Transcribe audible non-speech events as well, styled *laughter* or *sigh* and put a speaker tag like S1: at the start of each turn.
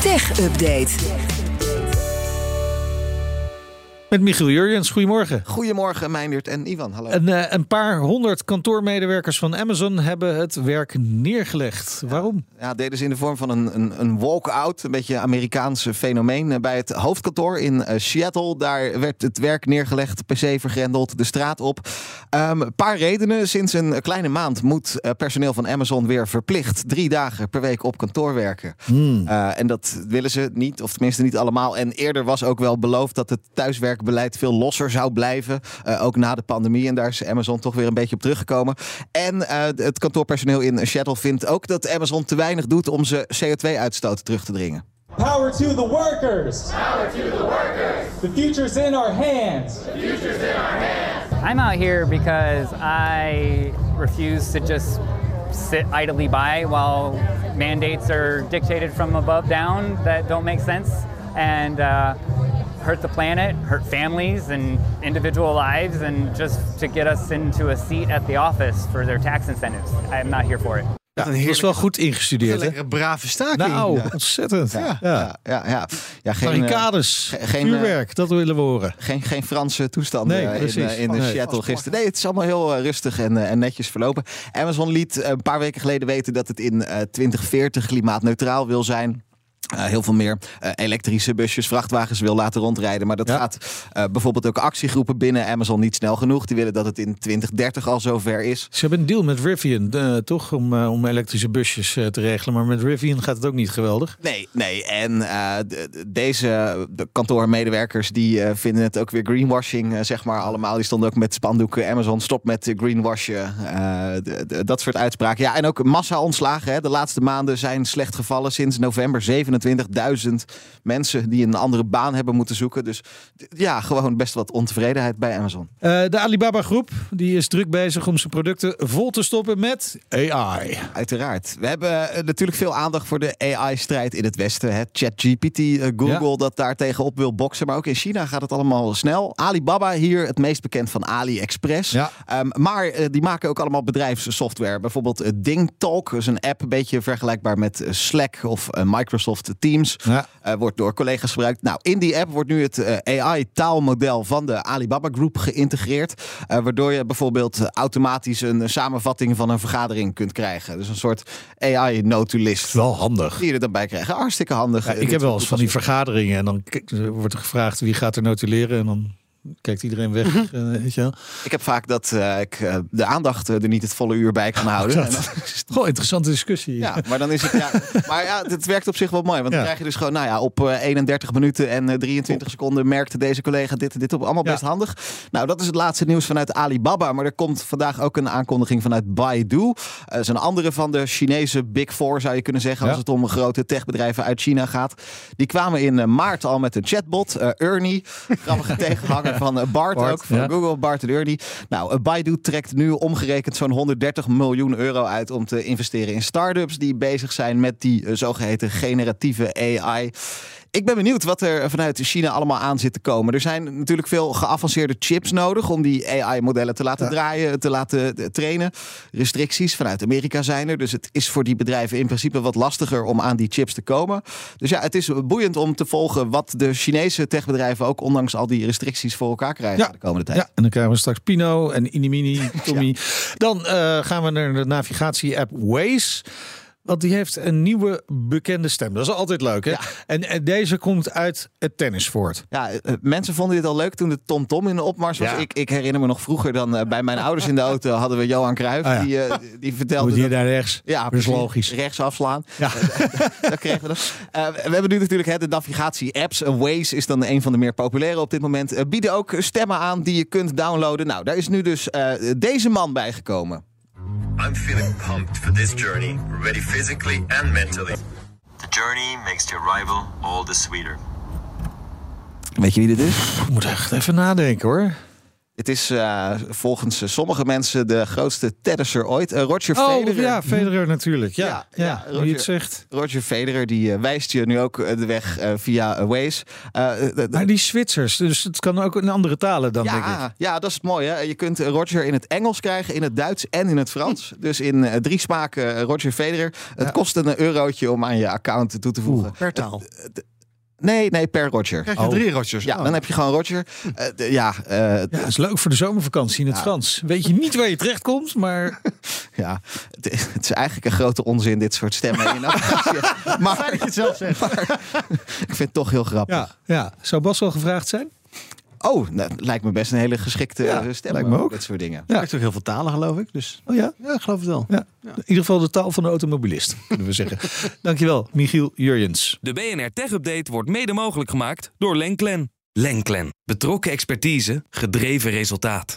S1: Tech Update.
S2: Met Michiel Jurjens, goedemorgen.
S3: Goedemorgen, Meindert en Ivan. Hallo.
S2: Een, eh, een paar honderd kantoormedewerkers van Amazon hebben het werk neergelegd. Waarom?
S3: Ja, deden ze in de vorm van een, een, een walk-out, een beetje Amerikaans fenomeen. eh, Bij het hoofdkantoor in eh, Seattle, daar werd het werk neergelegd, per se vergrendeld, de straat op. Ehm, Een paar redenen. Sinds een kleine maand moet eh, personeel van Amazon weer verplicht drie dagen per week op kantoor werken.
S2: Hmm.
S3: Eh, en dat willen ze niet, of tenminste niet allemaal. En eerder was ook wel beloofd dat het thuiswerkbeleid veel losser zou blijven. eh, ook na de pandemie. En daar is Amazon toch weer een beetje op teruggekomen. En eh, het kantoorpersoneel in Seattle vindt ook dat Amazon te weinig doet om zijn CO2-uitstoot terug te dringen.
S4: Power to the workers! Power to the workers! The future's in our hands!
S5: I'm out here because I refuse to just sit idly by while mandates are dictated from above down that don't make sense and uh, hurt the planet, hurt families and individual lives, and just to get us into a seat at the office for their tax incentives. I'm not here for it.
S2: Ja,
S6: een
S2: dat was wel
S6: heerlijke-
S2: goed
S6: Een
S2: ingestudeerd. Hè?
S6: lekkere brave staking.
S2: Nou,
S6: Ja.
S2: ontzettend. Ja.
S3: ja, ja, ja. ja geen, eh,
S2: Barricades,
S3: ge- geen, eh,
S2: vuurwerk, dat willen we horen.
S3: Geen, geen Franse toestanden
S2: Nee,
S3: eh, in,
S2: precies.
S3: eh, in de
S2: Nee.
S3: Seattle gisteren. Nee, het is allemaal heel eh, rustig en, eh, en netjes verlopen. Amazon liet eh, een paar weken geleden weten dat het in eh, 2040 klimaatneutraal wil zijn. Eh, heel veel meer eh, elektrische busjes, vrachtwagens wil laten rondrijden. Maar dat
S2: Ja.
S3: gaat eh, bijvoorbeeld ook actiegroepen binnen Amazon niet snel genoeg. Die willen dat het in 2030 al zover is.
S2: Ze hebben een deal met Rivian, eh, toch? Om, eh, om elektrische busjes eh, te regelen. Maar met Rivian gaat het ook niet geweldig.
S3: Nee, nee. En eh, de- de- deze de kantoormedewerkers die eh, vinden het ook weer greenwashing, eh, zeg maar allemaal. Die stonden ook met spandoeken Amazon stop met eh, greenwashen. eh, d- d- dat soort uitspraken. Ja, en ook massa ontslagen. Hè. De laatste maanden zijn slecht gevallen. Sinds november 27.000 mensen die een andere baan hebben moeten zoeken. Dus d- ja, gewoon best wat ontevredenheid bij Amazon.
S2: Eh, de Alibaba groep die is druk bezig om zijn producten vol te stoppen met AI.
S3: Uiteraard. We hebben eh, natuurlijk veel aandacht voor de AI-strijd in het Westen. hè. ChatGPT, eh, Google
S2: Ja.
S3: dat daar tegenop wil boksen. Maar ook in China gaat het allemaal snel. Alibaba hier, het meest bekend van AliExpress.
S2: Ja.
S3: Ehm, maar eh, die maken ook allemaal bedrijfssoftware. Bijvoorbeeld eh, DingTalk, is een app een beetje vergelijkbaar met eh, Slack of eh, Microsoft Teams.
S2: Ja.
S3: Eh, wordt door collega's gebruikt. Nou, in die app wordt nu het eh, AI-taalmodel van de Alibaba Group geïntegreerd. eh, waardoor je bijvoorbeeld eh, automatisch een eh, samenvatting van een vergadering kunt krijgen. Dus een soort AI-notulist.
S2: Wel handig.
S3: Die je er dan bij krijgt. Hartstikke handig.
S2: Ja,
S3: eh,
S2: ik
S3: dit
S2: heb wel
S3: soort
S2: eens van die vergaderingen en dan k- wordt er gevraagd wie gaat er notuleren en dan kijkt iedereen weg.
S3: *laughs*
S2: eh, weet je wel.
S3: Ik heb vaak dat eh, ik eh, de aandacht eh, er niet het volle uur bij
S2: *laughs*
S3: kan houden. En dan-
S2: Goh, interessante discussie.
S3: Ja, maar dan is het. Ja,
S2: *laughs*
S3: maar ja, het werkt op zich wel mooi. Want dan
S2: Ja.
S3: krijg je dus gewoon, nou ja, op eh, 31 minuten en eh, 23 seconden merkte deze collega dit en dit op. Allemaal
S2: Ja.
S3: best handig. Nou, dat is het laatste nieuws vanuit Alibaba. Maar er komt vandaag ook een aankondiging vanuit Baidu. Eh, Dat is een andere van de Chinese Big Four, zou je kunnen zeggen.
S2: Ja.
S3: Als het om grote techbedrijven uit China gaat. Die kwamen in eh, maart al met een chatbot. eh, Ernie, grappige
S2: *laughs*
S3: tegenhanger van eh, Bart,
S2: Bart,
S3: ook van
S2: ja.
S3: Google, Bart en Ernie. Nou, eh, Baidu trekt nu omgerekend zo'n 130 miljoen euro uit om te investeren in start-ups die bezig zijn met die eh, zogeheten generatieve AI. Ik ben benieuwd wat er vanuit China allemaal aan zit te komen. Er zijn natuurlijk veel geavanceerde chips nodig om die AI-modellen te laten draaien, te laten eh, trainen. Restricties vanuit Amerika zijn er, dus het is voor die bedrijven in principe wat lastiger om aan die chips te komen. Dus ja, het is boeiend om te volgen wat de Chinese techbedrijven ook ondanks al die restricties voor elkaar krijgen de komende tijd.
S2: Ja, en dan krijgen we straks Pino en
S3: *laughs*
S2: Inimini, Tommy. Dan eh, gaan we naar de navigatie-app Waze. Want die heeft een nieuwe bekende stem. Dat is altijd leuk, hè?
S3: Ja.
S2: En, en deze komt uit het tennis voort.
S3: Ja, eh, mensen vonden dit al leuk toen de Tom Tom in de opmars was.
S2: Ja.
S3: Ik, ik herinner me nog vroeger dan eh, bij mijn ouders in de auto hadden we Johan Cruijff.
S2: Ah, ja.
S3: die, eh, die- die
S2: Moet
S3: vertelde
S2: hier
S3: dat-
S2: naar rechts.
S3: ja,
S2: dat is
S3: precies,
S2: logisch.
S3: Rechts afslaan.
S2: Ja.
S3: *laughs* dat kregen we dat. Eh, we hebben nu natuurlijk hè, de navigatie-apps. Eh, Waze is dan een van de meer populaire op dit moment. Eh, bieden ook stemmen aan die je kunt downloaden. Nou, daar is nu dus eh, deze man bijgekomen.
S7: I'm feeling pumped for this journey, ready physically and mentally. The journey makes the arrival all the sweeter.
S3: Weet je wie dit is?
S2: Ik moet echt even nadenken, hoor.
S3: Het is eh, volgens sommige mensen de grootste tennisser ooit. Eh, Roger
S2: Oh,
S3: Federer. Hm.
S2: ja, Federer natuurlijk. Ja,
S3: Ja,
S2: ja,
S3: ja,
S2: hoe
S3: Roger.
S2: je het zegt.
S3: Roger Federer die eh, wijst je nu ook eh, de weg eh, via eh, Waze. Eh, eh, eh,
S2: Maar die Zwitsers, dus het kan ook in andere talen dan, denk ik.
S3: ja, ja, dat is het mooie. hè. Je kunt eh, Roger in het Engels krijgen, in het Duits en in het Frans. Dus in eh, drie smaken eh, Roger Federer. Het kost een eurootje om aan je account toe te voegen. eh,
S1: Per taal.
S3: Nee, nee, per Roger. Oh.
S1: Krijg je drie rotjes.
S3: Ja, dan heb je gewoon *laughs* Roger. Eh, d- ja, eh, d-
S2: Ja, dat is leuk voor de zomervakantie in het Frans. Weet je niet waar je terechtkomt,
S1: *laughs*
S2: maar
S3: ja. Het, is- het is eigenlijk een grote onzin, dit soort stemmen. *laughs* in een affiche. maar, Fijn dat je het zelf zegt. *laughs* ik vind het toch heel grappig.
S2: ja, ja. zou Bas wel gevraagd zijn?
S3: Oh, nou, lijkt me best een hele geschikte
S2: Ja,
S3: eh, stem.
S2: lijkt me ook.
S3: Dat soort dingen.
S1: Ja. Krijgt ook heel veel talen, geloof ik. Dus
S2: Oh ja?
S1: ja, ik geloof het wel.
S2: ja. In ieder geval de taal van de automobilist, kunnen we
S1: *laughs*
S2: zeggen. Dankjewel, Michiel Jurjens.
S6: De BNR Tech Update wordt mede mogelijk gemaakt door Lenklen. Lenklen. Betrokken expertise, gedreven resultaat.